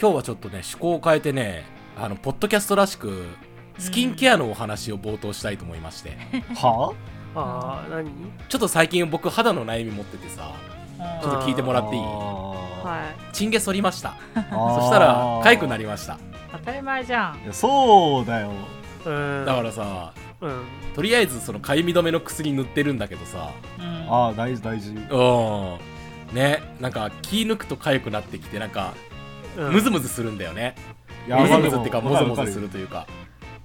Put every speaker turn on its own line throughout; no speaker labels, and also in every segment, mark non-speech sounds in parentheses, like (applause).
今日はちょっとね趣向を変えてねあのポッドキャストらしくスキンケアのお話を冒頭したいと思いまして、
は
ああ何
ちょっと最近僕肌の悩み持っててさ
あ
ちょっと聞いてもらっていい
は
はい
チンゲ剃りました
い
そしたら痒くな
り
りました
当たり前じゃん
そうだよ
うん
だからさ
うん
とりあえずそのかゆみ止めの薬塗ってるんだけどさ
ああ大事大事
うんねなんか気抜くと痒くなってきてなんか
うん
ムズムズするんだよね、
い
ムズ
わか
ム
る
ズってか
わ
モズ
る
モ
わか
ズ
る
するというか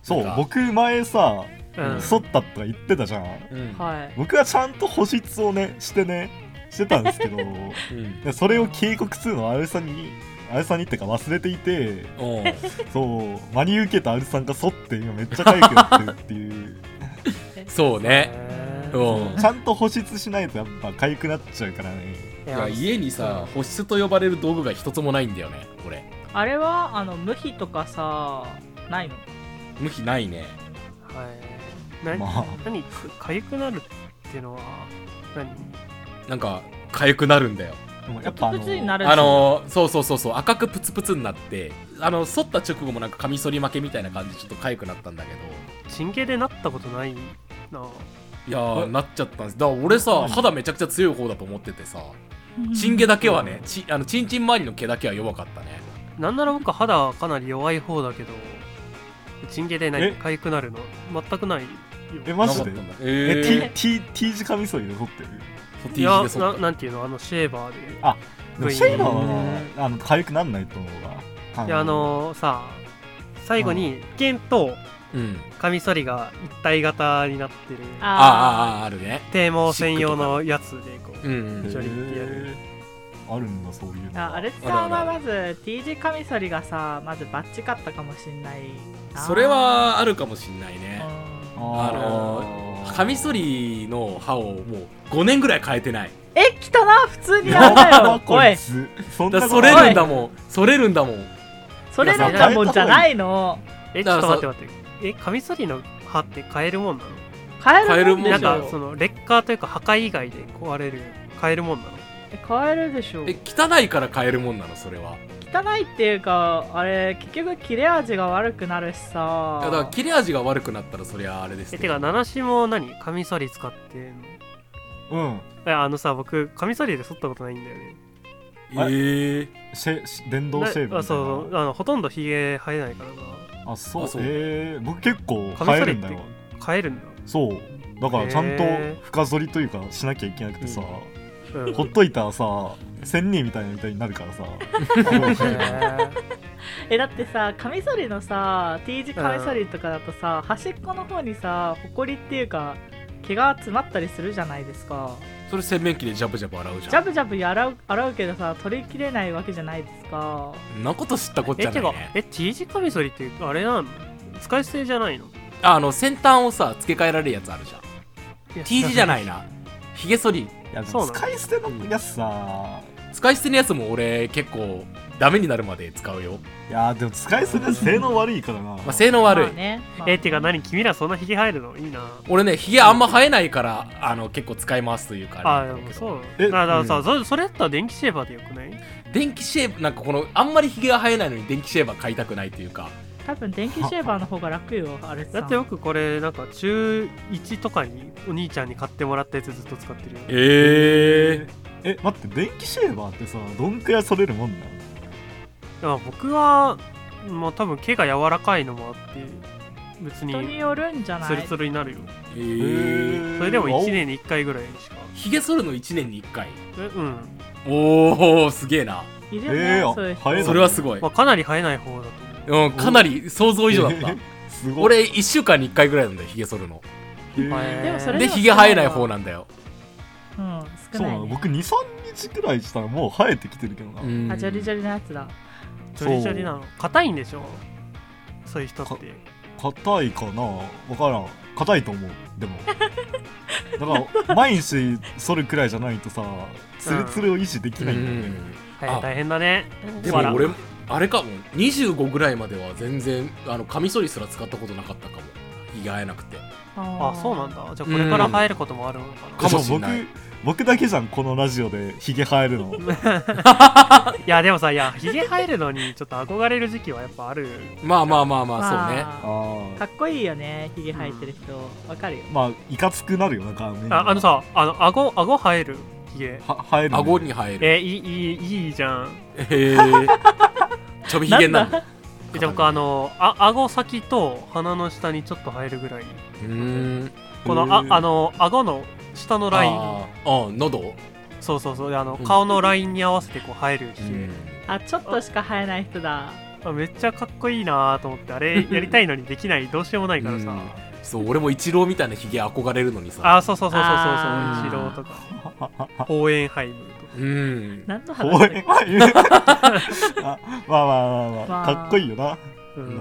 そ
なん
う
か
僕前さ
うん
剃ったとか言ってたじゃん
うん
はい
僕はちゃんと保湿をねしてねしてたんですけ
(laughs)
ど
うん
でそれを警告するのをあれさんにあれさんにってか忘れていて
うん
そう真に受けたアルさんが剃って今めっちゃ痒くなってるっていう
(laughs) そうね
へ
うん
ー
ちゃんと保湿しないとやっぱ痒くなっちゃうからね
い
い
や
や家にさ保湿と呼ばれる道具が一つもないんだよね俺
あれはあの無比とかさないの
無比ないね
はい何、
まあ
何かかゆくなるっていうのは何
なんか痒くなるんだよ
でもやっぱあ
プ
の
ツプツになる
あのーそうそうそうそう赤くプツプツになってあの剃った直後もなんかカミソリ負けみたいな感じでちょっと痒くなったんだけど
チンゲでなったことないない
やー
え
なっちゃったんですだから俺さ
何
肌めちゃくちゃ強い方だと思っててさチン毛だけはねちあのチンチン周りの毛だけは弱かったね
なんなら僕肌はかなり弱い方だけどチンゲで
え
何かゆくなるの全くないよ
えマジで
なかったんだ
え
(laughs) え
T, T, T 字カミソリで剃ってる
ー、T
い
字
や
で剃
な
った
なんていうのあのシェーバーで
でも
うん
シェイバーはなあの痒くなんないと思うわ
であのさ最後に剣と
うん
カミソリが一体型になってる
ああ
あ
あああるね
低毛専用のやつでこ
う、
うん
へ
ジョリってや
ーあるんだそういう
ー
の
あ
が
あれさ
あ
ん
るあ
は
る
まず T 字カミソリがさまずバッチかったかもしんないな
それはあるかもしんないね
うん
あ
あの
ー
カミソリの刃をもう5年ぐらい変えてない
え来たな普通にや
や
れ
だ
た
よ
よ
(laughs) こ
お
い
い
つそん
だ
な
から
こ
剃れ
とない
るんだもん剃れるんだもん
それなんかもんじゃないの
えちょっと待って待ってえカミソリの刃って変えるもんなの
変えるもん
変え
なん
るも
でし
か
ょ
その劣化というか破壊以外で壊れる変えるもんなの
え変えるでしょ
え汚いから変えるもんなのそれは
汚いっていうかあれ結局切れ味が悪くなるしさ
いやだから切れ味が悪くなったらそりゃあれです
え
け
て
ど
かナナシも何カミソリ使ってんの
うん
えあのさ僕カミソリで剃ったことないんだよね
えー、
シェシ電動シェーブみ
なあ
たいな
そうあのほとんどヒゲ生えないからな
あそう
あそう
えー、僕結構
カミ
変え
ソ
る
リ
んだよ
って変えるんだ
そうだからちゃん
へー
と深剃りというかしなきゃいけなくてさ、
(laughs) うん
ほっといたらさ仙人みたいなみたいになるからさ
えだってさカミソリのさ T 字カミソリとかだとさ、端っこの方にさホコリっていうか毛が詰まったりするじゃないですか
それ洗面器でジャブジャブ洗うじ
ジ
ゃ
ャ
ん
ブジャブ洗う洗うけどさ取りきれないわけじゃないですか
そんなこと知ったこっち
え
ゃな
て
い
か
ね
え T 字カミソリってあれなの使い捨てじゃないの
ああの先端をさ付け替えられるやつあるじゃん T 字じゃ
い
ないなヒゲ剃り
いやで
そ
も
うなの
使い捨てのやつさ、
使い捨てのやつも俺結構ダメになるまで使うよ、
いやでも使い捨てで性能悪いからな、
まあ、性能悪い、
まあねまあ
やえてか何君らそんなヒゲ生えるのいいな
俺ねヒゲあんま生えないからあの結構使い回すというかあ
あ
れな
で
んだ
も
けど
そう
え
なのだから
う
さそそれだったら電気シェーバーでよくない
電気シェーブなんかこのあんまりヒゲが生えないのに電気シェーバー買いたくないというか
多分電気シェーバーの方が楽よあれさ
だ
ん
って僕これなんか中1とかにお兄ちゃんに買ってもらったやつずっと使ってるよ
え
え待って電気シェーバーってさどんくらい剃れるもんなの
まあ僕はまあ多分毛が柔らかいのもあって別に
人によるんじゃな
ツル
い
ツルになるよ
えー、
それでも1
あ
年に1回ぐらいにしか
ヒゲ剃るの1年に1回
えうん、
おおすげえない
るよ
お
ね、
えー、あ
そういう人
生えない
それはすごい
まあ、かなり生えない方だと思う
うんかなり想像以上だった
(laughs) すごい
俺1週間に1回ぐらいなんだよヒゲ剃るの
へー
前
でもそれ
でヒゲ生えない方なんだよ
うん少
そ
な、
うないの
ね、
僕23日くらいしたらもう生えてきてるけどな、
うん
あジャリジャリのやつだ
ジョリジョリなの硬いんでしょそういう人って
か硬いかなわからん硬いと思うでもだから毎日剃るくらいじゃないとさツルツルを維持でき
う
ないんだよね、
ん
はい
あ
大変だね
で
わら
も俺あれかも25ぐらいまでは全然あのカミソリすら使ったことなかったかも意外なくて
あ
あそうなんだじゃあこれから生えることもあるのか
かもしん
じ
な
ゃあ
い
僕僕だけじゃんこのラジオでヒゲ生えるの
な、いやでもさいやひげ生えるのにちょっと憧れる時期はやっぱある
まあまあまあまあそうね
あ
ね
ー
かっこいいよねひげ生えてる人わかるよ
まあいかつくなるよな顔面
ああのさあの顎顎生えるひげ
は生えるね
顎に生える
えいいいいいいじゃん
へえちょびひげなんだ
えじゃあ僕あのあ顎先と鼻の下にちょっと生えるぐらいう
ーん
この
へ
あ
ー
あの顎の下のライン
あーうん喉
そうそうそうであの、
うん
顔のラインに合わせてこう生えるひげ、
あちょっとしか生えない人だ
あめっちゃかっこいいなと思って
(laughs)
あれやりたいのにできないどうしようもないからさ、
うんそう俺もイチローみたいなひげ憧れるのにさ
あそうそうそうそうそう
あ
そう
ー
イチローとか
(laughs)
ホーエンハイムとか
うん
何の話
お
だっ
い
け
あまあまあま
(laughs)
あまあ
まあ
かっこいいよな、
う、
うんん、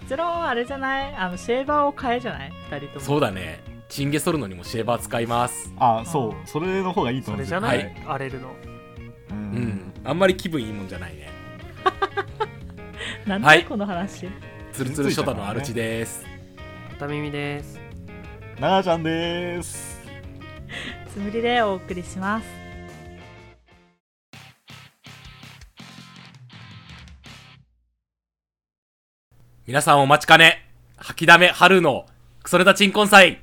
結論はあれじゃないあのシェーバーを変えじゃない二人とも
そううだねチンゲ剃るのにもシェーバー使います
あそうそれの方がいいと
そ
思う
れじゃない、
はい
荒れるの
う
うんんあんまり気分いいもんじゃないね
なん
は
で
い
この話、
ツルツルショタのアルチです
片耳です
な々ちゃんでーす
つむりでお送りします
皆さんお待ちかね吐きだめ春のクソネタ鎮魂祭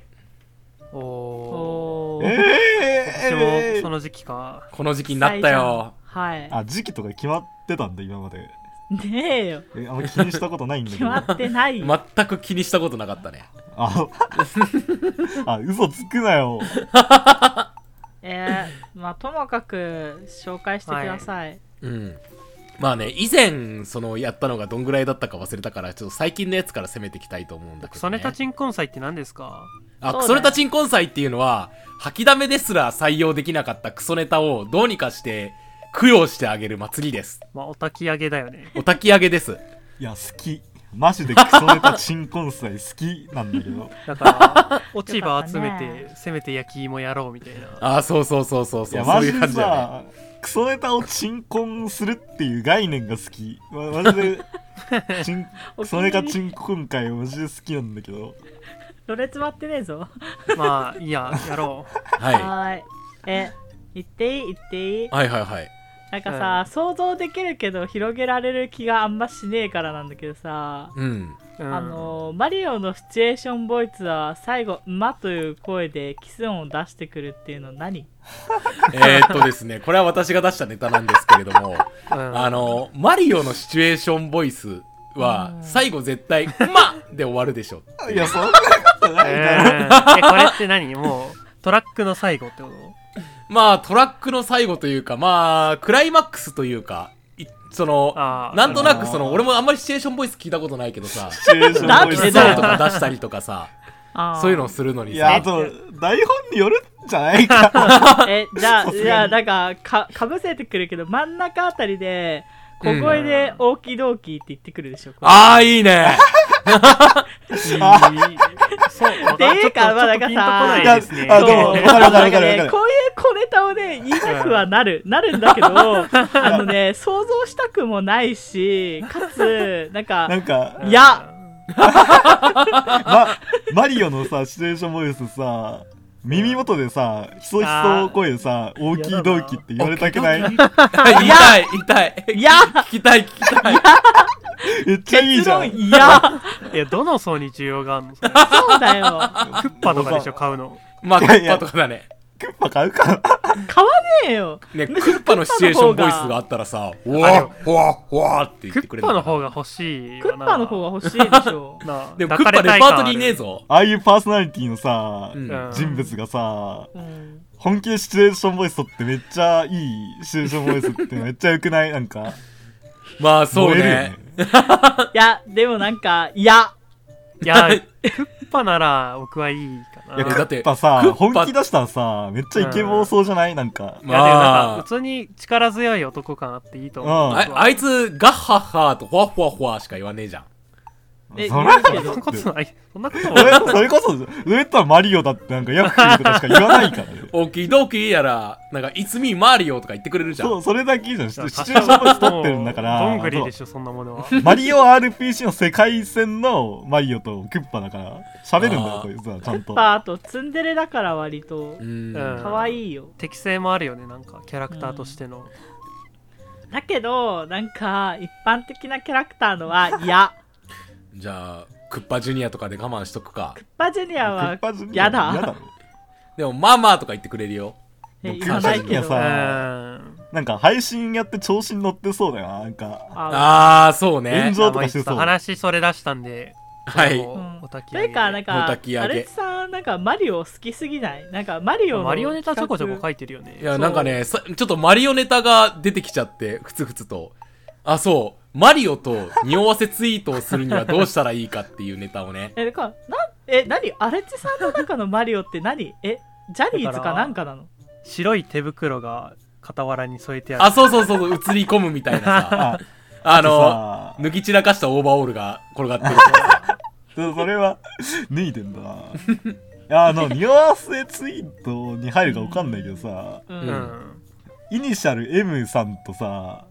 おお
お
え
ー
私も
え
そ
ー
の時期か
この時期になったよ
はい
あ時期とか決まってたんだ今まで
ねえよ
えあんま気にしたことないんだけ
(laughs)
決
ど
まってないよ、
全く気にしたことなかったね
ああ嘘つくなよ
えー、まあともかく紹介してください、
うんまあね以前そのやったのがどんぐらいだったか忘れたからちょっと最近のやつから攻めていきたいと思うんだけど、ね、
クソネタ鎮魂祭って何ですか
あ
そうだよ
クソネタ鎮魂祭っていうのは吐きだめですら採用できなかったクソネタをどうにかして供養してあげる祭りです
まあお焚き上げだよね
お焚き上げです
いや好きマジでクソネタ鎮魂祭好きなんだけど
(laughs)
だから落ち葉集め
よかった
てせめて焼き芋やろうみたい
あ
な
あそうそうそうそう
い
そう
や
そ
マ
うい
ジ
う
で
感じだよね
さクソネタを鎮魂するっていう概念が好きまマジで鎮
お
ク
気
ソ
に入
ネ
り
タ鎮魂会マジで好きなんだけど
ろれつまってねえぞ
まあいいややろう
は
はーいえ言っていい言っていい
い、はいはいはい
なんかさ、想像できるけど広げられる気があんましねえからなんだけどさ、
うん
うん
あのーマリオのシチュエーションボイスは最後「馬」という声でキス音を出してくるっていうの何
えー、っとですねこれは私が出したネタなんですけれども
うん
あのマリオのシチュエーションボイスは最後絶対「ま」で終わるでしょ
いやそんなことないだろ、
えーえこれって何もうトラックの最後ってこと
まあトラックの最後というかまあクライマックスというかいその
あー
なんとなくそ
あ
の
ー
俺もあんまりシチュエーションボイス聞いたことないけど
(laughs)
さ
シチュエーションボイ
キ
ス
ス音とか出したりとかさ
あー
そういうのをするのに
いやあ
さ
と台本によるんじゃないか
えじゃ
さ
あ
すがに
じゃあなんかかかぶせてくるけど真ん中あたりで小声で「オーキドーキー」って言ってくるでしょ、これ
ああいいね
いいそう
っ、ていうかまあ
ち
なんかさ
ょっとピンとこないですね。
あ
そ
ど
う
うもわかるわかるわかるわかる
なんねこういう小ネタをね言いたくはなるなるん
(laughs)
だけどあのね想像したくもないしかつなんか
なんか
いや
ま、マリオのさ、シチュエーションボイスさ、耳元でさ、ひそひそ声でさ、大きい同期って言われた
(laughs)
くない
言いたい言いたい
いや
聞きたい聞きたい
めっちゃいいじゃん。
いや
いや、どの層に需要があるのそれ
そうだよ
クッパとかでしょ、買うの。
まあク
いやい
ッパ
や
とかだね
クッパ買うか
買わねえよ
ねクッパのシチュエーションボイスがあったらさ「う
あ
わ
の
うわうわ」 (laughs) って言っ
ク
てくれ
ッ
る
パの
か
方が欲しい
ク
よ
ッ
な。
パの方が欲しいでしょ
(laughs) なあ
らでもクッパレパートリーねえ。ぞ
ああいうパーソナリティのさ、
うん
抱かれたい感ある
人物がさ、
うん
本気でシチュエーションボイス取ってめっちゃいいシチュエーションボイスってめっちゃ良くないなんか、
まあそう
燃えるよ
ね。
いやでもなんかいや
いや、クッパなら僕はいいかな。
いや
いや、
だっ
や
て
っぱさ
クッ、パ
本気出したらさ、めっちゃイケボーそうじゃないなんか。
でもなん
ま
か、
あ
普通に力強い男感あっていいと
う
思う。
ん
ああいつガッハッハーとホワホワホワしか言わねえじゃん
え
そら
言うけ
そ
ど
んなことない。そんなこと
それ
ない。
それこそ、それ言ったらマリオだってなんかヤクルとかしか言わないからね。
オキドキやら、なんか、いつみマリオとか言ってくれるじゃん。
そう、それだけじゃん。シチュエーションボイス撮ってるんだから。
どんぐりでしょ、そんなものは。
マリオ RPG の世界線のマリオとクッパだから、喋るんだよ、
あ
こい
ー
つは、ち
ク
ゃん
ッ
と。
パーとツンデレだから割と
うーん。
うん
可愛いよ
適性もあるよね、なんか、キャラクターとしての。
だけどなんか一般的なキャラクターのは嫌
じゃあ、クッパジュニアとかで我慢しとくか。
クッパジュニア
クッ
は
パジュニア
嫌だ
嫌だろ。
でも、ママとか言ってくれるよ。
え
ク
言わな
ッ
い
パジュニ
け
ア
ど
う
さ
ん。
なんか配信やって調子に乗ってそうだよな、なんか。
あ
あー、そうね
炎。上とかして
まあ
そう。
話それ出したんで、
はい。
もう
うん
おたき
と
上げ
いうかなんか
お焚き上げ
アレクさんなんかマリオ好きすぎないなんかマリオの
マリオネタちょこちょこ書
い。
いてるよね。
いや、なんかね、さちょっとマリオネタが出てきちゃって、ふつふつと。あ、そう。マリオと匂わせツイートをするにはどうしたらいいかっていうネタをね
えなんかなんえ何アレクさんの中のマリオって何えジャニーズかなんかなの
白い手袋が傍らに添えてあ
あ、
る。
そうそうそうそう、映り込むみたいなさ。
(laughs) あ、
あ
あ
の、
の、
脱ぎ散らかしたオーバーオールが転がってるとか。
そうそれは、脱いでんだな。いや、あの、ニュアンスツイートに入るかわかんないけどさ、
う、
うんん。
イニシャル M さんとさ、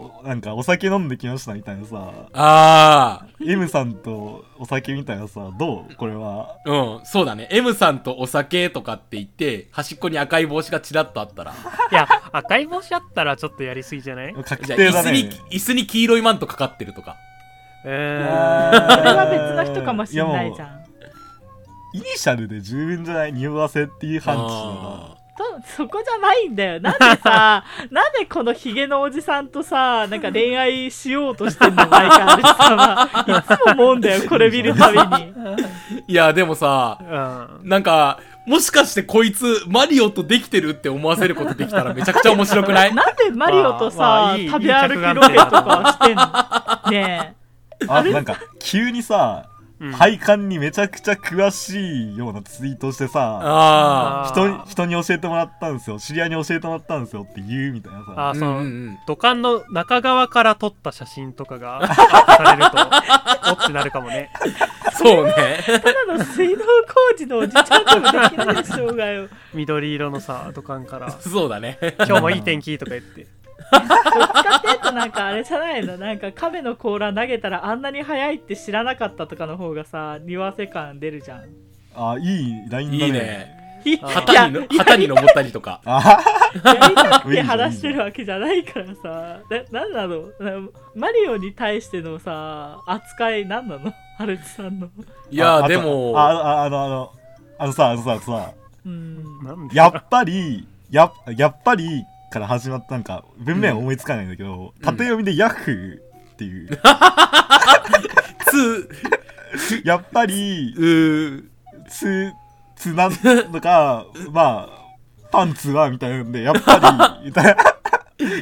おなんかお酒飲んできましたみたいなさ、
あ
M さんとお酒みたいなさ、どうこれは。
ー。うん、そうだね。M さんとお酒とかって言って、端っこに赤い帽子がちらっとあったら、
いや、赤い帽子あったらちょっとやりすぎじゃない
確
じゃ
定
あ椅
だ
子に
ね。、
椅子に黄色いマントかかってるとか。
えー
あー
それは別の人かもしれないじゃ
やも
ん
うイニシャルで十分じゃない匂わせっていう範疇だ
あ
な。
とそこじゃないんだよなんでさなんでこのヒゲのおじさんとさなんか恋愛しようとしてんの毎回アレクさんはいつも思うんだよこれ見るたびに
ーいや、でもさ
う、ん。
なんか、もしかしてこいつ、マリオとできてるって思わせることできたらめちゃくちゃ面白く
(laughs)
ない
なんでマリオとさ、
まあまあいい
食べ歩きロケとかしてんのね
あ、なんか急にさ、
うん
配管にめちゃくちゃ詳しいようなツイートしてさ、
あ
あー
人に人に教えてもらったんですよ、知り合いに教えてもらったんですよって言うみたいな
あ。
さ。
あその
うんうんうん
土管の中側から撮った写真と
(laughs)
かがアップされるとおってなるかもね
そうね。
えただの水道工事のおじちゃんでもできないでしょうがよ
緑色のさ土管から
そうだね。
「今日もいい天気」とか言って
使ってんとなんかあれじゃないのなんか亀の甲羅投げたらあんなに速いって知らなかったとかの方がさ匂わせ感出るじゃん
あ、いいラインだね。
いいね。
いや
旗にの、旗に登ったりとか。
あ
やりたくて話してるわけじゃないからさななんなのなマリオに対してのさ扱いなんなのハルチさんの
いや
あ
ー、
あと
でも、
あ、ああの、あの、あのさ、あのさ、あのさ、
うん
なんで
やっぱり、や、やっぱりから始まったなんか、文面は思いつかないんだけど、
ん
縦読みでヤフーっていう、
つ、
やっぱり、
うー、
つ、つなんとか、まあ、パンツは、みたいなんで、やっぱり、みたいな。
(laughs)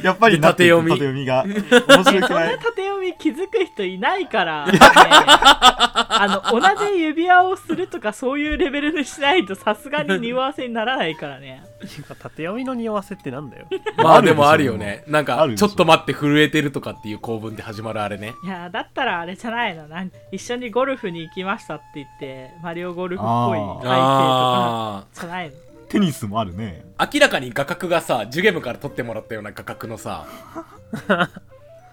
やっぱりなっていく
で縦
縦読みが。面
そん
白
な
(laughs)
くない
縦読み気づく人いないから、ねあの同じ指輪をするとかそういうレベルにしないとさすがに匂わせにならないからね
縦読みの匂わせってなんだよ
ま
あ
あ
る
で
でしょ
もあるよね。なん
あ
か
る、でし
ちょ
ょ
っと待って震えてるとかっていう構文で始まるあれね。
いやだったらあれじゃないのなん一緒にゴルフに行きましたって言ってマリオゴルフっぽい背景とか
あ
じゃないの
テニスもあるね。
あ。明らかに画角がさ、ジュゲムから撮ってもらったような画角のさ、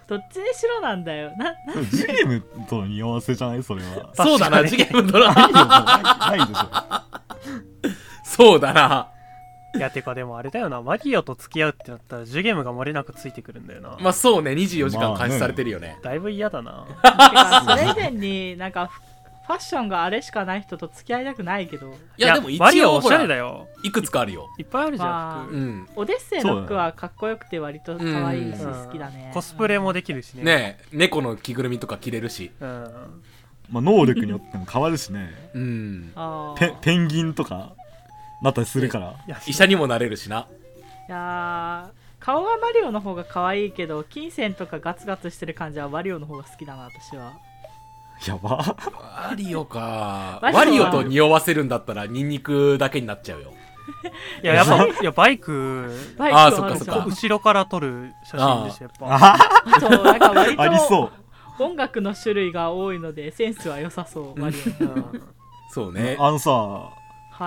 どっちにしろなんだよなな
ジゲムとの匂わせじゃないそれ
(laughs)
は。
確かに
そうだな、ジュゲムドラ、
ないよ、もうないないでしょ。
(laughs) そうだな。
いやてかでもあれだよなマリオと付き合うってなったらジュゲムが漏れなくついてくるんだよな、
まあそうね、24時間
まあ
監
ね
視されてるよね。
だいぶ嫌だな
てかそれ以前になんかフファッションがあれしかない人と付き合いたくないけど
いや、でも一
マリオ
応
お
ほ
しゃれ
ら、
だよ
いくつかあるよ。
いっぱいあるじ
ま
ゃ
あ
ん、服
うん。
オデッセイの服はかっこよくて割と可愛いし好きだね、
コスプレもできるしね
ねえ、猫の着ぐるみとか着れるし。
うん
まあ、能力によっても変わるしね。
うん。
あー
ペペンギンとか、なったりするから。
いや
医者にもなれるしな。
いやー顔はマリオの方が可愛いけど金銭とかガツガツしてる感じはマリオの方が好きだな私は
やば。
マリオか。
マリオ
マ
は
リオと匂わせるんだったら、ニンニクだけになっちゃうよ。
いややっぱいやバイク
バイクは
そっか
ある
そっ
じ
か
ゃん
後ろから撮る写真でしょやっぱ
あ
そうなんか割と
ありそう。
音楽の種類が多いのでセンスは良さそうマリオ
うん
そうね。
あのさ、
は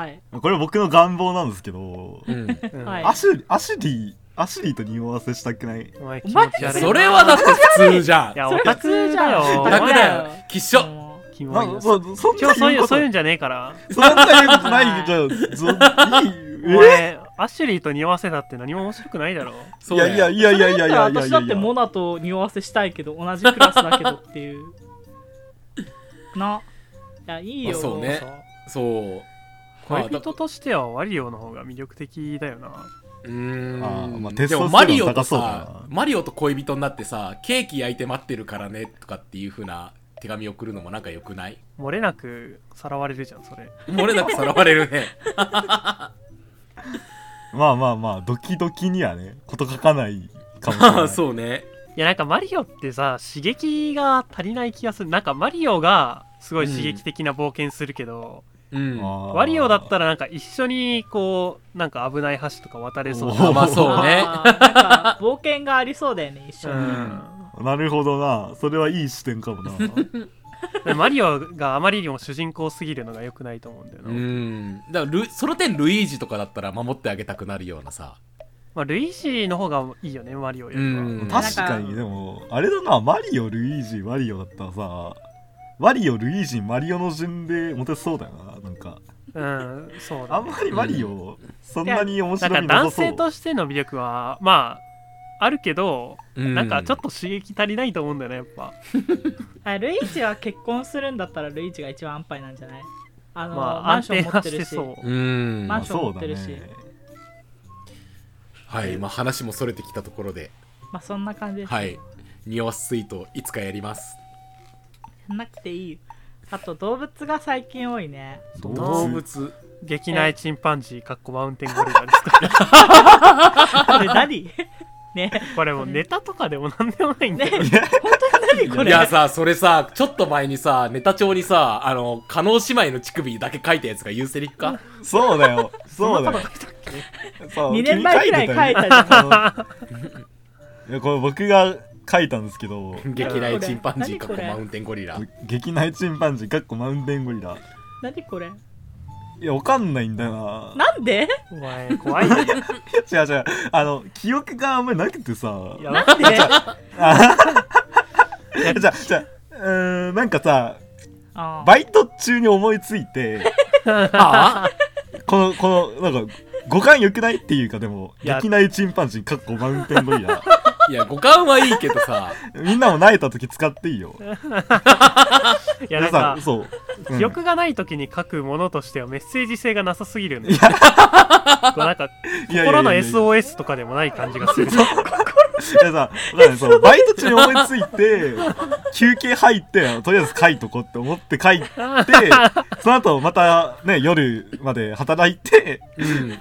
い
これ僕の願望なんですけど、
うん。い
うん
はい
アシュリー、アシュリー、アシュリーと匂わせしたくない。
お前
お前
や、それはだって普通じゃん
い。やオタクだよ
オ
そ
お
れ
タ
は
ク
普
前
通
だ
よ
よ。きっしょ。
もう
キモ
まあ
いよ、
そそん
今
な
日そうい
言う
う
こと
そういうん
そ
じゃねえから
んな言うことないじゃん。そい
お
いえ
前アシュリーと匂わせたって何も面白くないだろ
そ
いう
(laughs) だ
や
よ
いやいやいやいや
それ
いやい
だ
や
ったら私
い
だって
や
モナと匂わせしたいけど同じクラスだけどっていう (laughs) ないやいいよ
まあそうねそう。まあ
恋人としてはワリオの方が魅力的だよな
うーん
あーまあテス
で
ト
も
ステロ
マ
ン
リオと
高そうだな
さマリオと恋人になってさケーキ焼いて待ってるからねとかっていう風な手紙送るのもなんか良くない
漏れなくさらわれるじゃんそれ
漏れなくさらわれるね
まあまあまあ、ドキドキにはね、こと書かないかもし
(laughs) (laughs)
れ
あ
な
あ
い。
そうね
いやなんかマリオってさ刺激が足りない気がするなんかマリオがすごい刺激的な冒険するけど、
うんあ
あー
ワリオだったらなんか一緒にこうなんか危ない橋とか渡れそう
お
な
ー
まあそうね
あーなんか冒険がありそうだよね一緒
う
に、
ん
なるほどな。それはいい視点か
(laughs)
もな。
でマリオがあまりにも主人公すぎるのが良くないと思うんだよな、
うんだからルその点ルイージとかだったら守ってあげたくなるようなさ
まあ、ルイージの方がいいよねマリオよりは、
うん
確かに、でも、あれだな、マリオ、ルイージ、マリオだったらさ、マリオ、ルイージ、マリオの順でモテそうだよな、なんか。
うんそう
あ
だ、
ん
ね、
まりマリオ、そんなに面
な
白
んか
みな
男
さそう。
性としての魅力はまああるけど、
うん
なんかちょっと刺激足りないと思うんだよねやっぱ
あルイージは結婚するんだったらルイージが一番安牌なんじゃないあの、
まあ
マン
安
ショ
定
ン持
は
って
して
るし
そう
うん
ま
ま
あ
あ、
は
そう
男性も持っ
だ
て
ね
る。
いまあ話もそれてきたところで
まあそんな感じです、
はい匂わせスイートいつかやります
やんなくていいよあと動物が最近多いね
動
動
物。
物
激内チンパンジーかっこマウンテンゴリラ
(laughs)
ですか
これ何 (laughs) ね
これもうネタとかでもなんでもないんだ
ね
よ、
本当に何こ
い
れ
やさそれさちょっと前にさネタ帳にさあの加納姉妹の乳首だけ書いたやつが言うセリフか
そうだよ。そうだよ。そう
2年前くらい書いたじゃん
君書いてたよねいや、これ僕が書いたんですけど、
激雷チンパンジー
何
かっ
こ
こ
れ
マウンテンゴリラ
激内チンパンジー、かっこマウンテンゴリラ。
何これ
いや、わかんないんだよな。
なんで
お前
(laughs)
怖いよ
違う違う。あの、記憶があんまりなくてさ。
い
じ
や
なんで
ゃあ、じゃあ、うーん、なんかさ、
あー
バイト中に思いついて、 (laughs)
あ
この、この、なんか、五感良くないっていうか、でも、
いや
激内チンパンジー、かっこマウンテンゴリ
(laughs)
ラ。
あいや五感はいいけどさ
みんなも慣れた時使っていいよ。
いやな
皆さ
んか
ん、そう。うん
記憶がない時に書くものとしてはメッセージ性がなさすぎるんだよこうなんか
いやいやいやいや
心
(laughs)
の SOS とかでもない感じがす
い
る
やさ、わかんないそうバイト中に思いついて、休憩入って、とりあえず書いとこうって思って書いて、
(laughs)
その後またね、夜まで働いて、
うん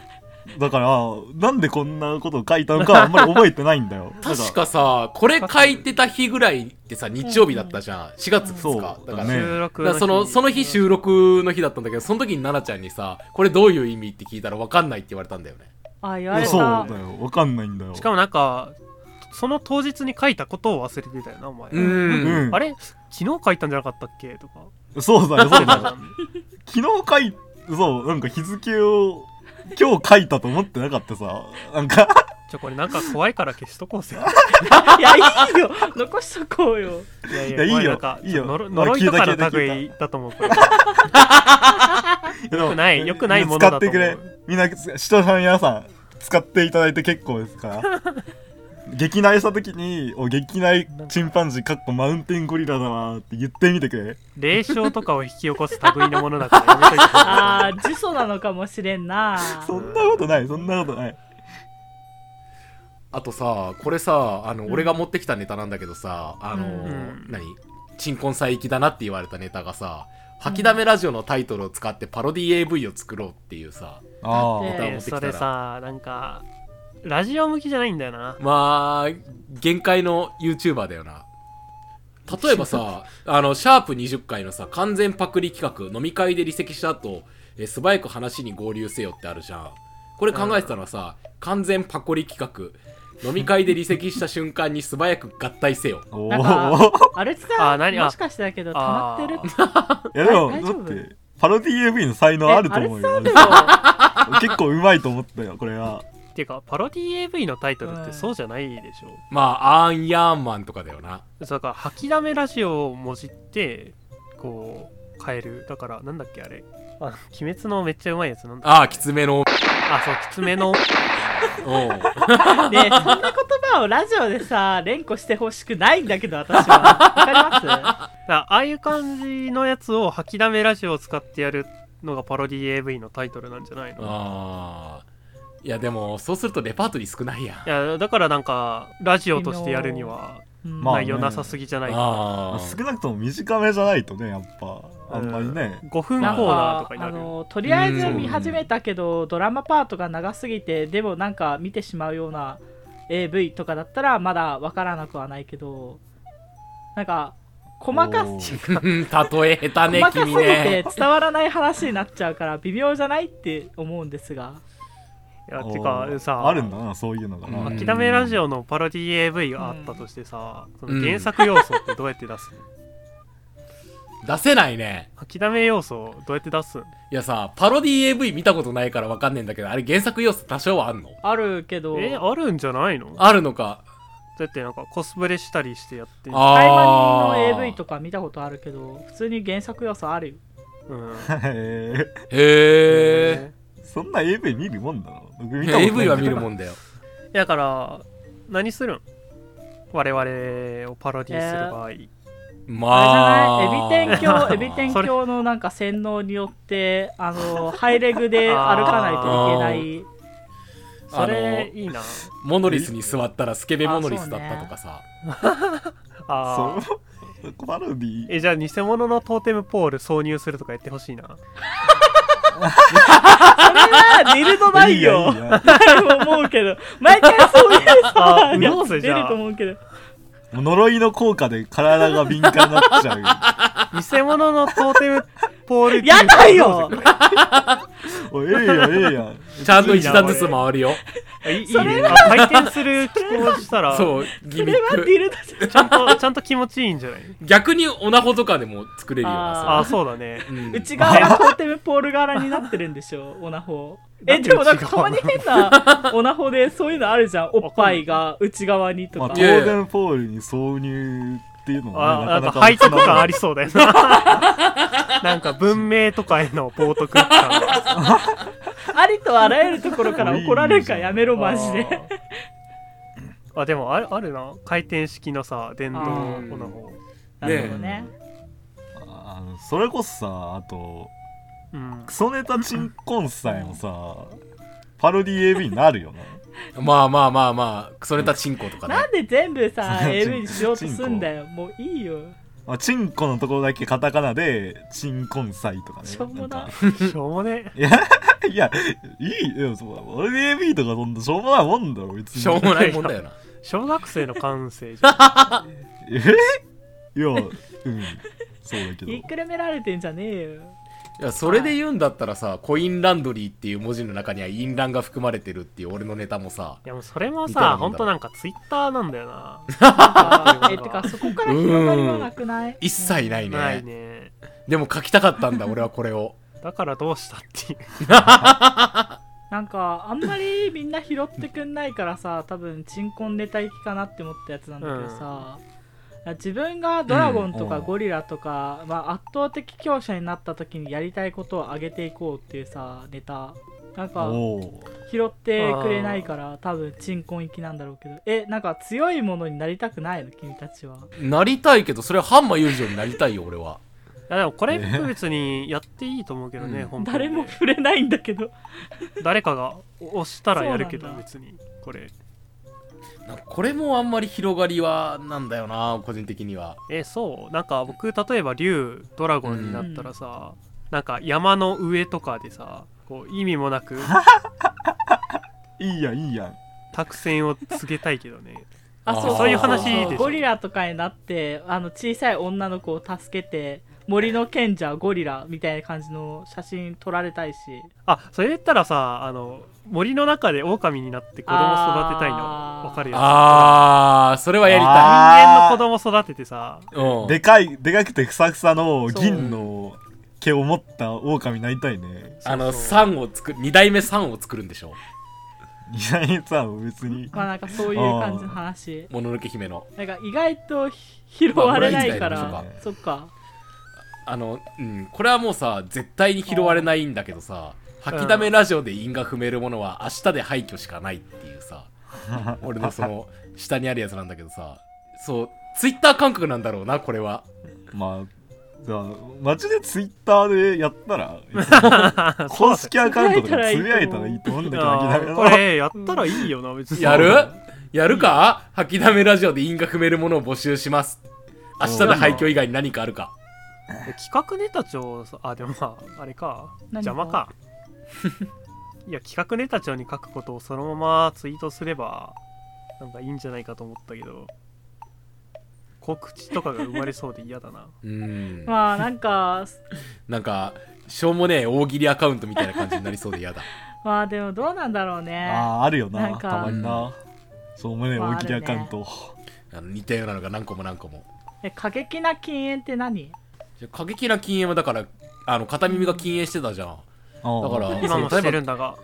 だから、なんでこんなことを書いたのかあんま
(laughs)
り覚えてないんだよ。
確かさこれ書いてた日ぐらいってさ日曜日だったじゃん4月2日
そう
だから
ね
収録
だ
の
からそ
日
のその日収録の日だったんだけどその時に奈々ちゃんにさこれどういう意味って聞いたら分かんないって言われたんだよね
あ言わ
だから
れ
そうだ
た
よ。わかんないんだよ。
しかもなんかその当日に書いたことを忘れてたよなお前、
うん
うん
あれ昨日書いたんじゃなかったっけとか
(laughs) そうだよ、
(laughs)
そうだよ。昨日書い、そう、なんか日付を、今日書いたと思ってなかったさ。なんか、
(laughs) ちょこれなんか怖いから消しとこうぜ
いやいいよ残しとこうよ
いやい
いやいいよ
お前なんか
いいよ
呪
まあ
呪いとか
消えた
の
消えた消
類だと思うこれ
よ
くない良くないものだと思
使
う
ってくれ。みんな、視聴者の皆さん、使っていただいて結構です
(laughs)
から。激内した時に、お、激内チンパンジーかっこマウンテンゴリラだなって言ってみてくれ。
霊障とかを引き起こす類のものだからやめといてください
あー呪詛なのかもしれんな
そんなことない、そんなことない。
あとさこれさあの、俺が持ってきたネタなんだけどさあの、
うん
何鎮魂祭域だなって言われたネタがさ吐きだめラジオのタイトルを使ってパロディ AV を作ろうっていうさ
あ
だって
ー
えーそれさなんかラジオ向きじゃないんだよな
まあ限界の YouTuber だよな例えば
(laughs)
さあのシャープ20回のさ完全パクリ企画飲み会で離席した後えー素早く話に合流せよってあるじゃんこれ考えてたのはさ、完全パコリ企画飲み会で離席した瞬間に素早く合体せよ。
おお
なんか
ー
あれ使
あ
う
何あ
もしかしてだけど溜ま
あ
ってる
ー
いやでも
大
だ
丈
っ
夫
てパロディ AV の才能あると思うよ
えあ
結構うまいと思ったよこれは
っていうかパロディ AV のタイトルってそうじゃないでしょ、
まあ、アーン・ヤーンマンとかだよな。
だから吐きだめラジオをもじってこう変えるだからなんだっけあれあ鬼滅のめっちゃうまいやつなんだ
ああ、きつめの。
あそうきつめの
おう
れそうねえそんな言葉をラジオでさ連呼してほしくないんだけど私はわかりま
だああいう感じのやつを吐きだめラジオを使ってやるのがパロディ AV のタイトルなんじゃないの
ああ。いや、でも、そうするとレパートリー少ないやん。
いやだからなんかラジオとしてやるには
す、うん
まあ
内容なさすぎじゃないか、
あ
少なくとも短めじゃないとねやっぱあんまりね
5分コ
な
ー
ん
ナーと
か
かにな
あ
る
のとりあえず見始めたけど、ドラマパートが長すぎてでもなんか見てしまうような AV とかだったらまだわからなくはないけどなんか細か
お
す
ー
あ。例え下手ね
細、かすぎ
君ね
て。伝わらない話になっちゃうから微妙じゃないって思うんですが
いやてか
おー
さ
あるんだなそういうのがな、
うん
諦めラジオのパロディ AV があったとしてさ、その原作要素ってどうやって出すの
出せないね。
諦め要素をどうやって出すん
いやさ、パロディ AV 見たことないからわかんねえんだけど、あれ原作要素多少はあんの
あるけど
えあるんじゃないの
あるのか。
だってなんかコスプレしたりしてやって
あ
タイ
あ
マニ
ー。
の AV とか見たことあるけど普通に原作要素あるよ
う
へ
ん
ー
へえ。
(laughs) そんな AV 見るもんだろ僕見たことない
AV は見るもんだよ。
だから何するん我々をパロディする場合、
ま
あ
あ。
れじゃ
(laughs)
ないエビ天教エビ天
それ
教のなんか洗脳によってあのハイレグで歩かないといけない
あ
そ
の
れいいな
モノリスに座ったらスケベモノリスだったとかさ。
あー
そうパロディ
えじゃあ偽物のトーテムポール挿入するとかやってほしいな
それはディルドないよ
いいやいい
と思うけど毎回そういう
あ
さ
ー
や
どう
つ
する
出
じゃ
る
あ
と思うけど
や呪いの効果で体が敏感になっち
(laughs)
ゃうよ
偽物のトーテムポー
(laughs)
ル
やだ
(laughs)
よ
おええやんええやん
ちゃんと一段ずつ回るよ。
あいいいいねあ回転する機構した
(laughs)
ら
そう、
そ
ギミ
れ
ッ
はデ
ク。
ィルドじゃ
ちゃんとちゃんと気持ちいいんじゃない
逆にオナホとかでも作れるよう
あ
な
あそうだね
さ。うん
ん内側がコーテムポール柄になってるんでしょ (laughs) オナホえでもなんかたまに変なオナホでそういうのある (laughs) じゃんおっぱいが内側にと
まあ、
か
東
いやいや
電ポールに挿入っていうのは、
あ
ね、
な
なんかな
か
か
背徳感ありそうだよ
(laughs)
ななんか文明とかへの冒涜感
ありとあらゆるところから怒られるからやめろマジで
あーあでもあるあるな回転式のさ電動この方
あー
(laughs) なるほどね
あのそれこそさあと
うん
クソネタチンコンさえもさパロディ AV になるよな
まあまあまあまあ、クソネタチンコとかね。
なんで全部 (laughs) さ
そんな
AV にしようとすんだよもういいよ
まあ、チンコのところだけカタカナでチンコンサイとかね
しょうもなん
か (laughs)
しょうもね
いやいいでもそうパロディ AV とかそんなしょうもないもんだろ別に
しょうもないもんだよな。
小学生の感性じゃん
えいやうんそうだけど
言いくるめられてんじゃねえ (laughs) よ
いや、それで言うんだったらさ、コインランドリーっていう文字の中には淫乱が含まれてるっていう俺のネタもさ、
いやもうそれも
みたいなもんだ
さほんとなんかツイッターなんだよな
なんかえてかそこから広がりはなくない
一切ないね。
ないね
でも書きたかったん (laughs) だ、俺はこれを。
だからどうしたっていう
なんかあんまりみんな拾ってくんないからさ (laughs) 多分鎮魂ネタ行きかなって思ったやつなんだけどさ、自分がドラゴンと
う
か
ん
ゴリラとか、まあ、圧倒的強者になった時にやりたいことを上げていこうっていうさネタなんか
おお
拾ってくれないから多分鎮魂行きなんだろうけどえなんか強いものになりたくないの君たちは
なりたいけど、それはハンマー裕次郎になりたいよ、俺は。
いやでもこれ別にやっていいと思うけどね、
うん
本当にね
誰も触れないんだけど
誰かが押したらやるけど
そうなんだ
別にこれ
なんかこれもあんまり広がりはなんだよな、個人的には。
えそうなんか僕例えば竜ドラゴンになったらさ、なんか山の上とかでさこう意味もなく
いいやんいいやん
託戦を告げたいけどね
あ
あ
ー
そう
そういう
話でしょ
ゴリラとかになってあの小さい女の子を助けて森の賢者ゴリラみたいな感じの写真撮られたいし
あそれ言ったらさあの森の中で狼になって子供育てたいの
あー
わかるやつ
あー、それはやり
人
た
間の子供育ててさ
い。うん。
でかいでかくてふさふさの銀の毛を持った狼になりたいね
あの、
そうそう
三を作る、二代目三を作るんでしょ。
いやいやさ別に
まあなんかそういう感じの話
もののけ姫の。
なんか意外とひ拾われないから、
まあ
ブラインダーにも
そっか
あの、うん、これはもうさ、絶対に拾われないんだけどさ、吐きだめラジオで因が踏めるものは明日で廃墟しかないっていうさ、俺のその、下にあるやつなんだけどさ、そう、ツイッター感覚なんだろうな、これは。
まあじゃあ街でツイッターでやったら別に
(laughs)
公式アカウントとかつぶやいたらいいと思うんだけど諦
あ
め
ー
ろ
これやったらいいよな別に
やるやるか吐きだめラジオで因が踏めるものを募集します。明日で廃墟以外に何かあるか。
企画ネタ帳さあでもまああれか
何か
邪
(laughs)
魔かいや企画ネタ帳に書くことをそのままツイートすればなんかいいんじゃないかと思ったけど告知とかが生まれそうで嫌だな
うん。
まあなんか
なんか、しょうもねえ大喜利アカウントみたいな感じになりそうで嫌だ。 (laughs)
まあでもどうなんだろうね
あああるよ
な
なん
か
たまになそう思うね
まあ
大喜利
あ
ア
る
カ
ね
ウント
あの似たようなのが何個も何個も。
え過激な禁煙って何
じゃあ過激な禁煙はだから、あの、片耳が禁煙してたじゃん。だから
(laughs) ああ
今もしてるんだが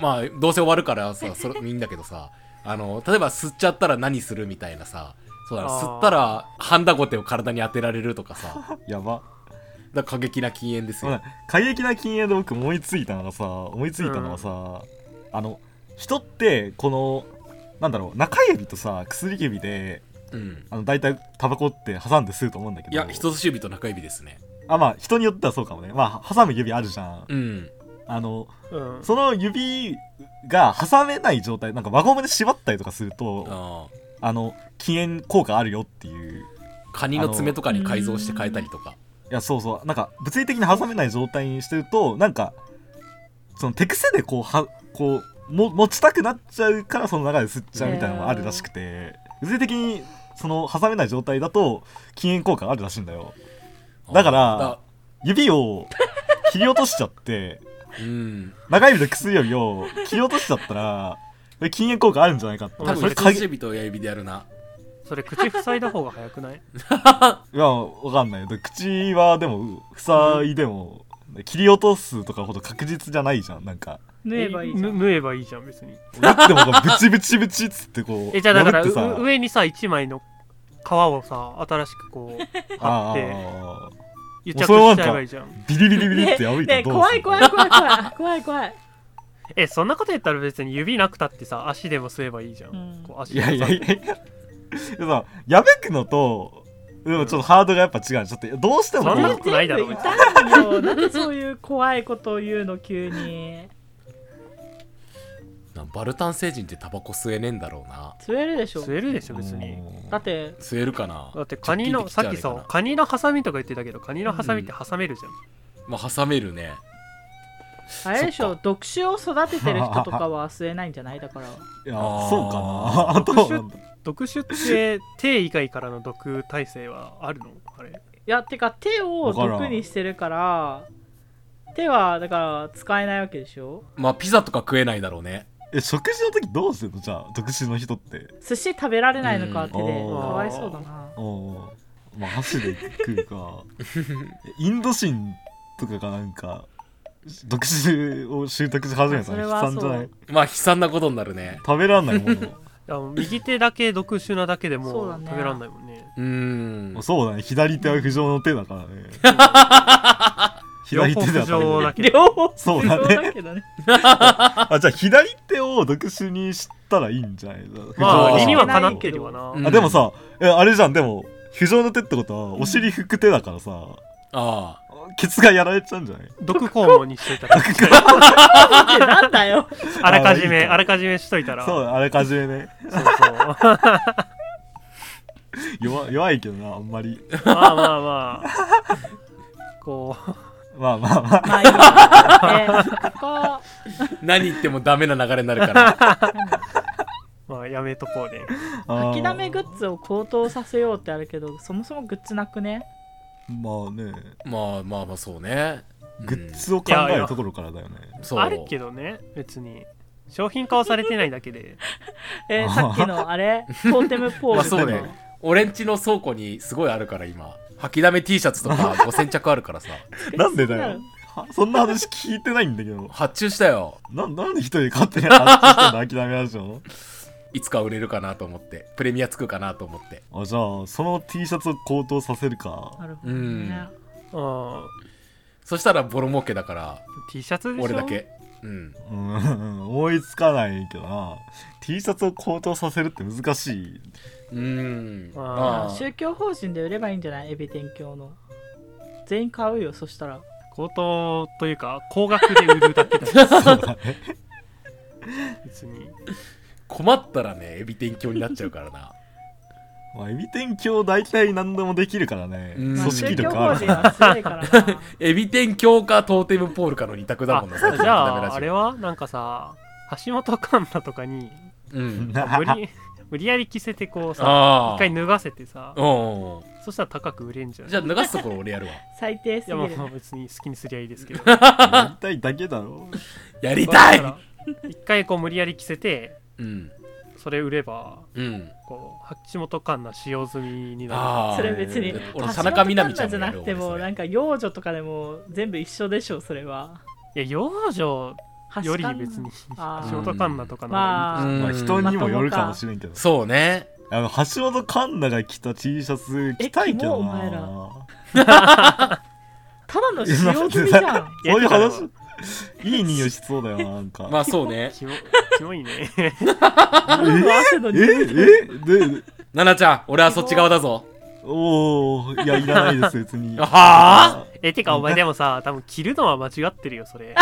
まあ、どうせ終わるからさ、それいいんだけどさ、あの、例えば吸っちゃったら何するみたいなさ、そうだな、
あー
吸ったらハンダゴテを体に当てられるとか
(laughs)
さ、だか
やば
ら過激な禁煙です
そう
よ
だ。過激な禁煙で僕思いついたのがさ思いついたのはさ、あの人ってこのなんだろう中指とさ薬指で
うん。
あの大体タバコって挟んで吸うと思うんだけど
いや、人差し指と中指ですね。
あまあ人によってはそうかもねまあ挟む指あるじゃん、
うん。
あの
うん
その指が挟めない状態なんか輪ゴムで縛ったりとかするとあ
あー
の禁煙効果あるよっていう
カニの爪とかに改造して変えたりとか。
いやそうそうなんか物理的に挟めない状態にしてるとなんかその手癖でこうはこうも持ちたくなっちゃうからその中で吸っちゃうみたいなのがあるらしくて物理的にその挟めない状態だと禁煙効果があるらしいんだよだから指を切り落としちゃって
だうん。
中指と薬指を切り落としちゃったらこれ禁煙効果あるんじゃないかって
多
多
そ
分
れ
人差
鍵
し
い
指と親指でやるな。
それ口塞いだ方が早
(laughs)
くない
やわかんないで口はでも塞いでも切り落とすとかほど確実じゃないじゃんなんか
縫えばいいじゃん
ぬ縫えばいいじゃん別に
だってもうブチブチブチっつってこう
(laughs) えじゃあだから
破ってさ
う上にさ1枚の皮をさ新しく
(laughs)
こう貼
あ
って
あ
癒着しちゃえばいいじゃん
ビリビリビリっ
ね
て破いたら
ね
どう
怖い怖い怖い怖い怖い怖い
えそんなこと言ったら別に指なくたってさ足でも吸えばいいじゃん、
うん
こう足
い
でさ
やいやいやいやでもさやべくのとでもちょっとハードルがやっぱ違うちょっとどうしても
そんな
こ
ことないだろ
全部痛いよなんでそういう怖いことを言うの急
(laughs)
に
なバルタン星人ってタバコ吸えねえんだろうな。
吸えるでしょ
吸えるでし
う
ょ別に
だって
吸えるかな
だってカニのさっ
直
きさ
近で切ちゃうね
カニのハサミとか言ってたけどカニのハサミって挟めるじゃん、
まあ、挟めるね。
あれでし
そ
ょ
っ
毒種を育ててる人とかは吸えないんじゃないだから
いや
あー
そうかなあとなんだ
毒種って手以外からの毒耐性はあるのあれ
いやてか手を毒にしてるから手はだから使えないわけでしょ
まあ、ピザとか食えないだろうね。
え食事の時どうするのじゃあ独身の人って
寿司食べられないのか手で
う
か
ん
わいそうだな
おーまあ箸で食う
(laughs)
かインド人とかがなんか独身を習得し始めた
それ
ら悲
は
惨じゃない
まあ、悲惨なことになるね。
食べらんない
(laughs)
もの
あの右手だけ毒種なだけで
そう
も
だね
食べらんないもんね
うーん。
そうだね左手は不浄の手だからね
(laughs) 両
左
方
手で
不
は食べれな
浄だ
い
けど
両方
そうだね
だけどね
あじゃあ左手を独身にしたらいいんじゃない不浄
まあ
不浄
理に
だ
は
か
かなってるわな、
うん
らあでもさえあれじゃんでも不浄の手ってことはお尻拭く手だからさ
ああ。
ケツがやられちゃうんじゃない
毒肛門にしといたら
ってなんだよ
あらかじ
あいい
め
か
あらかじめしといたら
そうあらかじめね
そうそう (laughs)
弱弱いけどなあんまり
まあまあまあこう
まあまあまあ
まあいいや、ね、こ
何言ってもダメな流れになる
(laughs)
から。
まあやめとこうね
こ
あー
吐きだめグッズを高騰させようってあるけどそもそもグッズなくね
まあね
まあまあまあ、そうね。
グッズを考えるところからだよね、
そう。
あるけどね別に商品化はされてないだけで
えーさっきのあれトーテムポー
まあ
ル
そうね俺んちの倉庫にすごいあるから今吐きだめ T シャツとか5000着あるからさ
なんでだよ。はそんな話聞いてないんだけど。
発注したよ
な、なんで一人で勝手に話してんの諦めましょ
いつか売れるかなと思ってプレミアつくかなと思って
うあ、じゃあ、その T シャツを高騰させるか。
なるほどね
うん
そしたらボロ儲けだから
T シャツでしょ
俺だけうん
うんうん、思いつかないけどな。T シャツを高騰させるって難
(laughs)
しい。
うーん
あー
まあ
宗教法人で売ればいいんじゃないエビ天教の全員買うよそしたら
高騰というか高額で売るだ
(laughs)
けだし
そうだね。
別に
困ったらねエビ天教になっちゃうからな
まあ、エビ天教大体何でもできるからね。
うん
組
まあ
織
宗教
力
法
あ
人
る。
は強いから
(laughs)
な
エビ天教かトーテムポールかの二択だ
あ
もんな
じゃ
ダメラ
あ
ジオ
あれはなんかさ橋本環奈と
(laughs)
かに
うん
(laughs)
無理無理やり着せてこうさ
あ
一
あ
回脱がせてさ
うん
そしたら高く売れんじゃん
じゃあ脱がすところ俺
(laughs)
やるわ
最低す
い
ぎ
や
る
まあまあ別に好きにすりゃいい
(laughs)
ですけど
やりたいだけだろ。
やりたい
だから一回こう無理やり着せて
うん
それ売れば
うん
こう橋本環奈使用済みにな
ああ
それ別に
俺
橋
田中みな
本
実ちゃん
環奈じゃ
もや
な
る
く
わ
ても
俺それ
なんか幼女とかでも全部一緒でしょそれは
るいや養生より別に橋
あー
本環奈とかの方
ま
が
あ、
うん
まあ、人にもよるかもしれんけど。
そうね
あの橋本環奈が着た T シャツ着たいけどな。
えキモただの使用済みじ
(laughs)
ゃん
いい
そういう話
い、
いい匂いしそうだよな、なんか。
まあそうね
キモキモいね
ただの汗の
え
匂い
えで、
奈々ちゃん俺はそっち側だぞ
おおいや、いらないです、別に。
あは
えてかお前でもさ多分着るのは間違ってるよそれ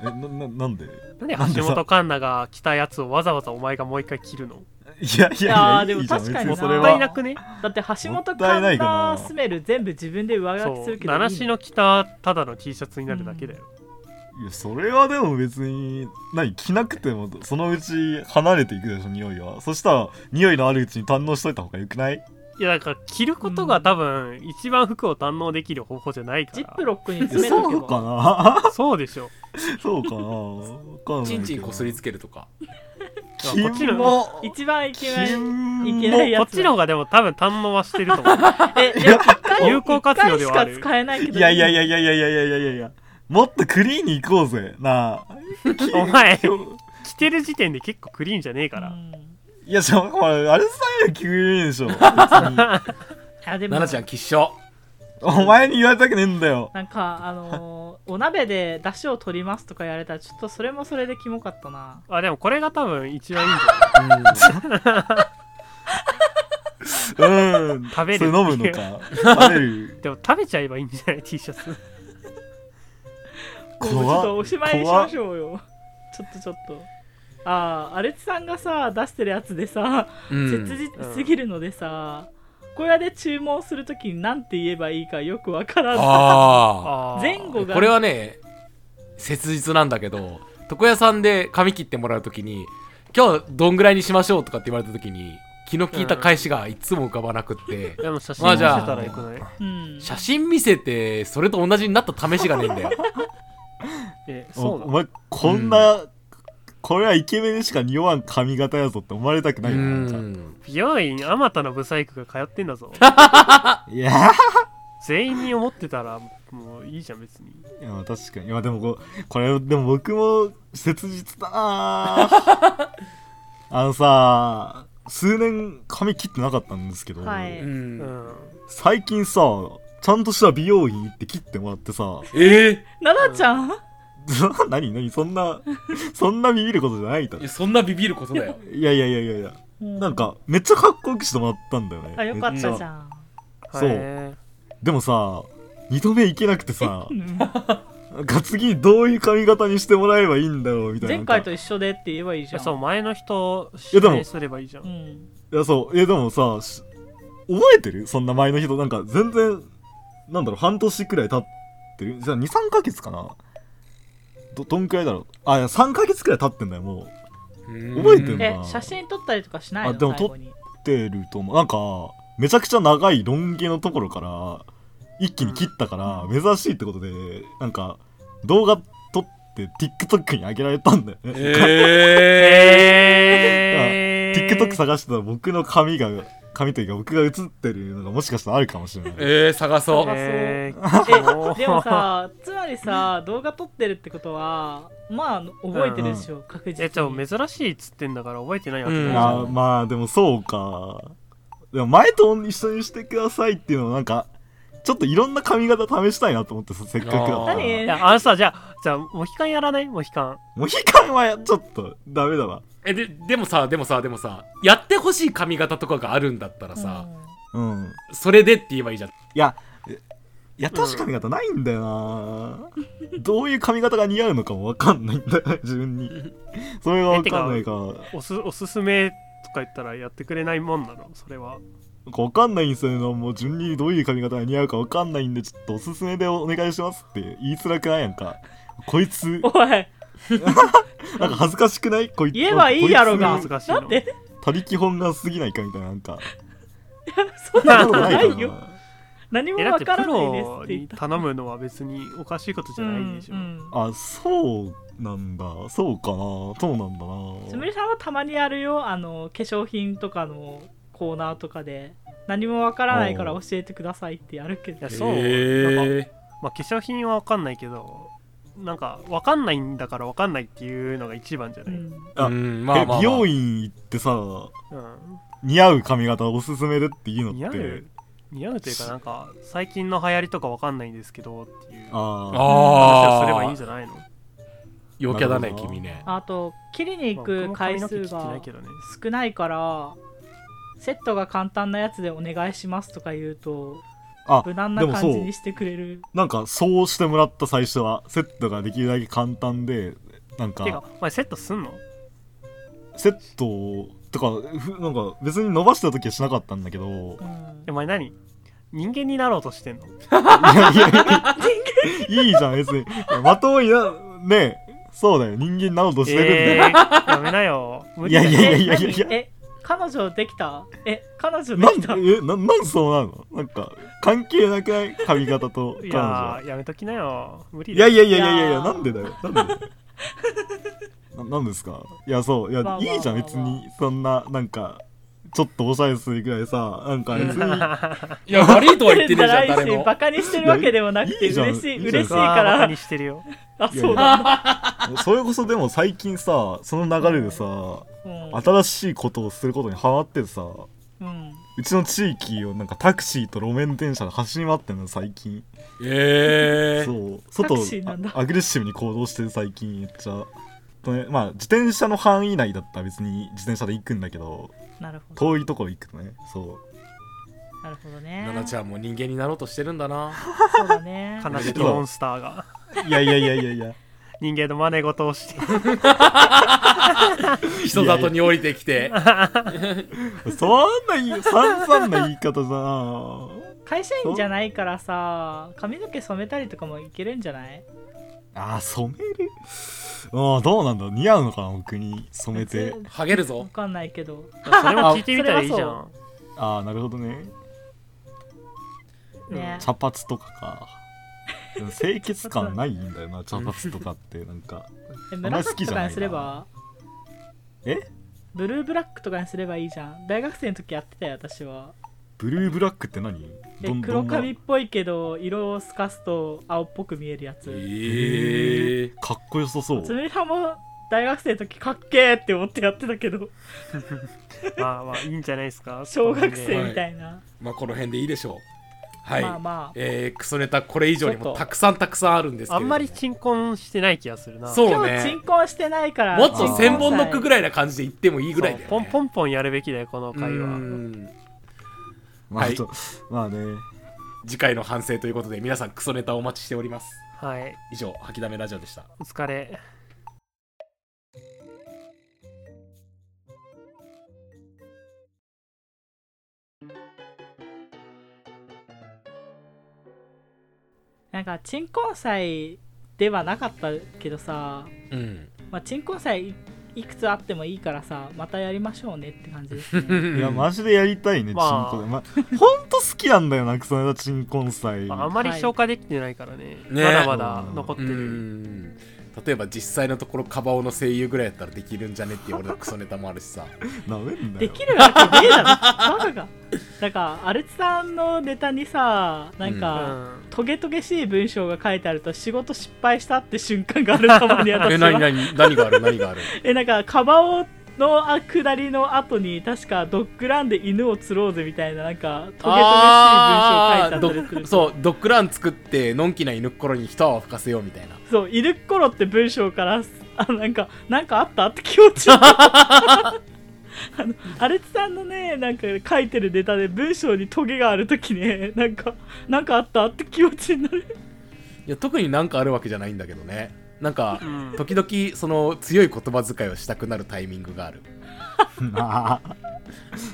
え、な、な、なんでい
なんで
なんでさ
橋本環奈が着たやつをわざわざお前がもう一回着るのも
や、いや、い
あ
や、
ーでも
いいじゃん
確かに
別
な
そ
っ
れ
たい
は。
なくね
だって橋
もっ
本
た
環
いないかな
奈スメル全部自分で上書きす
そ
る
う
けどいい
七しの着たただの T シャツになるだけだよ、
いや、それはでも別に、何、着なくても、そのうち離れていくでしょ、匂いは。そしたら、匂いのあるうちに堪能しといた方がよくない
いやだから着ることが多分一番服を堪能できる方法じゃないから
ジップロックに詰めとけ
そうか
ば
な (laughs)
そうでしょ
そうかなわかんな
チ
いけど
ンチンこすりつけるとか
キモ
こっちの
一番イケメ
キ
ン
モ
いけないや
こっちの方がでも多分堪能はしてると思う
えでも一回
有効活用ではある
一回しか使えないけど
いやいやいやいやいやいやいやいやいやもっとクリーンに行こうぜなあ
お前着てる時点で結構クリーンじゃねえ
か
から、
いやじゃあこれあれさえクリーンでしょ別に
あでも
奈々ちゃん吉祥
お前に言われたくねえんだよ
なんかあのーお鍋で出汁を取りますとか言われたらちょっとそれもそれでキモかったな
あでもこれが多分一番いいんじゃない
うん
食べる
それ飲むのか食べる
でも食べちゃえばいいんじゃない T シャツ
怖
も
っ
うちょっとおしまいにしましょうよちょっとちょっとああアレツさんがさ出してるやつでさ、
うん
切実すぎるのでさ小屋で注文するときに何て言えばいいかよくわからん
あ
あー
前後
あ
が
これはね切実なんだけど床屋さんで髪切ってもらうときに今日どんぐらいにしましょうとかって言われたときに気の利いた返しがいつも浮かばなくって、
でも写真
ま
見
あ
せ
じゃあ
たらよくない、
うん、
写真見せてそれと同じになった試しがねえん
(laughs)
だよ
えそうな
おお
の
前こんなこれはイケメンにしか匂わん髪型やぞって思われたく
う
ないよなんか
ん
美容院あまたのブサイクが通ってん
(laughs)
だぞ
いや
全員に思ってたらもういいじゃん別に
いや確かにいやでもこうこれでも僕も切実
(laughs)
だなぁあのさ数年髪切ってなかったんですけど、
は
う、
い
うんん、
最近さちゃんとした美容院行って切ってもらってさ (laughs)
え
奈々ちゃん、
何何そんなそんなビビることじゃないだろ
ー、そんなビビることだよ
いやいやいやいやいや
うん
なんかめっちゃかっこよくしてもらったんだよね
あよかったじ
めち
ゃん
そう
へ
でもさ二度目行けなくてさ
うん
なんか次どういう髪型にしてもらえばいいんだろうみたいな
前回と一緒でって言えばいい
ー
じ
いや
ゃん
そう前の人
いやでも
指名すればいいじゃん
うん
いや、そう。え、でもさ、し覚えてるそんな前の人、なんか全然、なんだろう、半年くらい経ってるじゃあ2、3ヶ月かなど、どんくらいだろうあ、いや、3ヶ月くらい経ってんだよ、も覚えてんの
え写真撮ったりとかしないの
あでも
最
(laughs)
後に
う。てると思う。なんか、めちゃくちゃ長いロン毛のところから、一気に切ったから、珍しいってことで、なんか、動画撮っ TikTok に上げられたんだよね、
(laughs) え
え
(laughs)
ー、
TikTok 探してたら僕の髪が髪というか僕が映ってるのがもしかしたらあるかもしれない、
ー、えー、探そう。
え
え
ー、
でもさつまりさ動画撮ってるってことはまあ覚えてるでしょ、確実に
えじゃあ珍しいっつってんだから覚えてないわけ
う
だ
ん
よ
あーまあでもそうかでも前と一緒にしてくださいっていうのもなんかちょっといろんな髪型試したいなと思ってさせっかくだった
あ
ら
ー
いやあのさじゃあじゃあモヒカンやらないモヒカン
モヒカンはちょっとダメだわ
えででもさでもさでもさやってほしい髪型とかがあるんだったらさ、
うん
それでって言えばいいじゃん
いやえいや確か髪型ないんだよな、どういう髪型が似合うのかもわかんないんだよね自分にそれがわかんないから
おすおすすめとか言ったらやってくれないもんなのそれは
なんかわかんないんですよねもう順にどういう髪型が似合うかわかんないんでちょっとおすすめでお願いしますって言いづらくないやんかこいつ
おい
なんか恥ずかしくないこいつ
言えばいいやろが
なん
恥
か
ず
こい
かし
だ
いの
って (laughs)
つ他力本が過ぎないかみたいななんか
そんなこと
な
ない
いか
よ
(laughs)
な
何も
えだっ
わ
て
か
プ
らないです
ロ
って言
に
った
頼むのは別におかしいことじゃないでしょ、
うんうん
あそうなんだそうかなそうなんだ
つむ
な
りさんはたまにやるよあの化粧品とかのコーナーとかで何もわからないから教えてくださいってやるけ
いや
ど
そう、なんか、
え
まあ、化粧品は分かんないけどなんか分かんないんだから分かんないっていうのが一番じゃ
う
ない、うん
ん
ー、
あ
うんまあまあ、まあ、
え美容院行ってさ
う
似合う髪型おすすめでっていうの
ん、
って
似合う似合うというかなんか最近の流行りとか分かんないんですけどっていう話
あ
あ
を
あ
すればいいんじゃないの
陽キャだね
なるほど
君ね
あと切りに行く
まあ僕も
回
髪の毛
数
切ってな
が
いけどね
少ないからセットが簡単なやつでお願いしますとか言うと
あ
無難な
でもそう
感じにしてくれる
なんかそうしてもらった最初はセットができるだけ簡単でなん
てか
か
お前セットすんの
セットをとかふなんか別に伸ばした時はしなかったんだけど
うん
えお前何人間になろうとしてんの
いやいやいやいいじゃん別にまともになねえそうだよ人間などとしてるんだよ、
えー、やめなよ無理だよ
いやいやいやいやいやいや
え何え彼女できたえ彼女で
なん
き
で
た
えななんでそうなのなんか関係なくない髪型と
い
彼
や
女
ーやめときなよ無理
い
だ
や
よ
いやいやいやいや
い
い
や
や
ー
なんでだよなんでだよななんですかいやそういや、
まあまあまあまあ
いいじゃん別にそんななんかちょっとおしゃれするぐらいさなんか別に
(laughs)
いや悪いとは言ってねえじゃ
(laughs)
ん
言って
誰
ないし
も
バカにしてるわけでもなくて
いやいいじゃん
嬉しい
いいじゃん
嬉しい
僕
か
はバカ
ら
にしてるよ
あ
いや
そうだ
それこそでも最近さその流れでさ
うん
新しいことをすることにハマってさう
うん
ちの地域をなんかタクシーと路面電車で走り回ってんの最近
えー、
そう外を
タクシーなんだ
あアグレッシブに行動してる最近めっちゃとねまあ自転車の範囲内だったら別に自転車で行くんだけど
なるほど
遠いところ行くとねそう
なるほどね
奈々ちゃんも人間になろうとしてるんだな
そうだね
悲しきモンスターが
いやいやいやいやいや
人間の真似事をして
人里に降りてきて
そんな言い散々な言い方さ
会社員じゃないからさ髪の毛染めたりとかもいけるんじゃない
あー染めるああどうなんだ似合うのかな僕に染めて
別に
ハゲる
わ
ぞ
かんないけど
それも聞いてみたらいいじゃん
ああなるほどね
ね
茶髪とかかでも清潔感ない
(laughs)
んだよな茶髪とかってなんか
え
んま好
紫
きじ
とか
ゃないな
にすれば
え
ブルーブラックとかにすればいいじゃん大学生の時やってたよ私は
ブルーブラックって何
え
どんど
黒
んな
髪っぽいけど色を透かすと青っぽく見えるや
え
つ
ー、
かっこよさそう
つむりさんも大学生の時かっけーって思ってやってたけ
(laughs)
ど
まあまあいいんじゃないですか
小学生みたいな、
まあこの辺でいいでしょうはい、
まあまあ
えー、クソネタこれ以上にもたくさんたくさんあるんですけれど
あ
も
んまり鎮魂してない気がするな
そう
今
ね
日鎮魂してないから
もっと千本ノックぐ
い
らいな感じで言ってもいいぐらいだよ、ね、
そうポンポンポンやるべきだよこの会
う
話
ん
まあ、
はい
ちょまあね
次回の反省ということで皆さんクソネタお待ちしております
はい
以上吐きだめラジオでした
お疲れ
なんか鎮魂祭ではなかったけどさ、
うん
まあ、鎮魂祭いいくつあってもいいからさまたやりましょうねって感じですね
いやマジでやりたいね、
まあ
チンコで、まあ、ほんと好きなんだよなクソネタチンコン祭
まああんまり消化できてないからね
ね
まだまだ残って
う
る
ん例えば実際のところカバオの声優ぐらいやったらできるんじゃねっていう俺のクソネタもあるしさ
なめんな
で
よ (laughs)
きるわけねえだろバカがなんかアルツさんのネタにさなん
う
か、
ん
トゲトゲしい文章が書いてあると仕事失敗したって瞬間があるかもね
(laughs)
私
え何
は
何何がある何がある
えなんかカバオのあ下りの後に確かドッグランで犬を釣ろうぜみたいななんかトゲトゲしい文章書いてあ
あー
っ
ド
たりする
ッそうドッグラン作ってのんきな犬っころに一泡吹かせようみたいな
そういる頃って文章からあなんかなんかあったって気持ち悪いあのアレツさんのねなんか書いてるネタで文章にトゲがある時ねなんかなんかあったって気持ちになる
いや特になんかあるわけじゃないんだけどねなんか
うん
時々その強い言葉遣いをしたくなるタイミングがある
なあ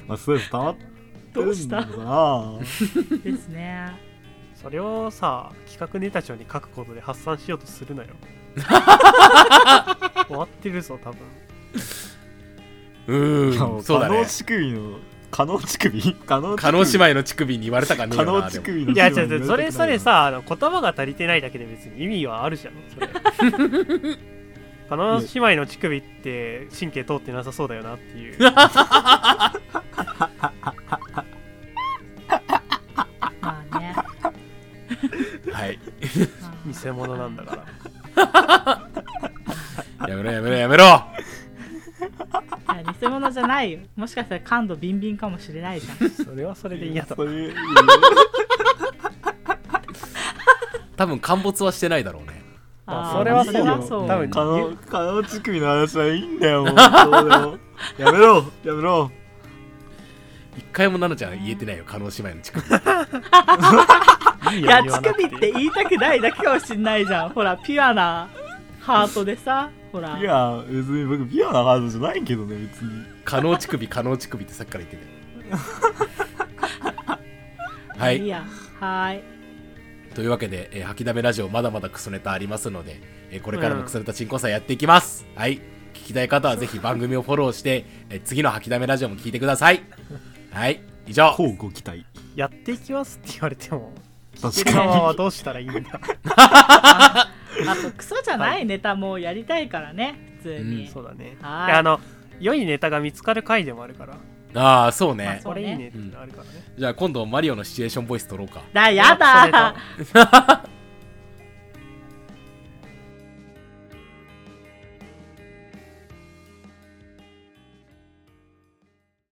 まあストレス溜まってるんだな
どうしたですね
それをさ企画ネタ帳に書くことで発散しようとす
(laughs)
るなよ終わってるぞ多分
う
いや
ー
もうん
そうだ
加
ね
納乳首の加納乳首加納
加納姉妹の乳首に言われたかねえ
加
よ
納
なで
乳
も
首の
いや違う違うそれそれさあの言葉が足りてないだけで別に意味はあるじゃんそれあの姉妹の乳首って神経通ってなさそうだよなっていう
まあね
はい
偽物なんだから
やめろやめろやめろ
いや偽物じゃないよもしかしたら感度ビンビンかもしれないじゃん
それはそれで
(laughs)
嫌だ
そういう
多分陥没はしてないだろうね
あー
それは
そ
そう
れ
よ
はそう
多分
(laughs)
加納加納乳首の話はいいんだよもうどうでもやめろやめろ
一回も奈々ちゃん言えてないよ加納姉妹の乳首
い
い
いよ
や
言
乳
わなく
首って言いたくないだけかもしんないじゃんほらピュアなハートでさほら
いや別に僕ピュアなハードじゃないけどね別に
加納乳首加納乳首ってさっきから言って
(laughs)
てはい
いいやはーい
というわけで、えー吐きだめラジオまだまだクソネタありますので、えーこれからもクソネタ鎮魂祭やっていきます、はい聞きたい方はぜひ番組をフォローして、えー次の吐きだめラジオも聞いてくださいはい以上
こうご期待
やっていきますって言われても
確
聞く側
か
はどうしたらいいんだ
あとクソじゃないネタもやりたいからね普通に、
うん
そうだね
はい
いやあの良いネタが見つかる回でもあるから
ああそうね,、
まあそう
これいいね
うん
ってあるからね
じゃあ今度マリオのシチュエーションボイス取ろうか
だやだ
そ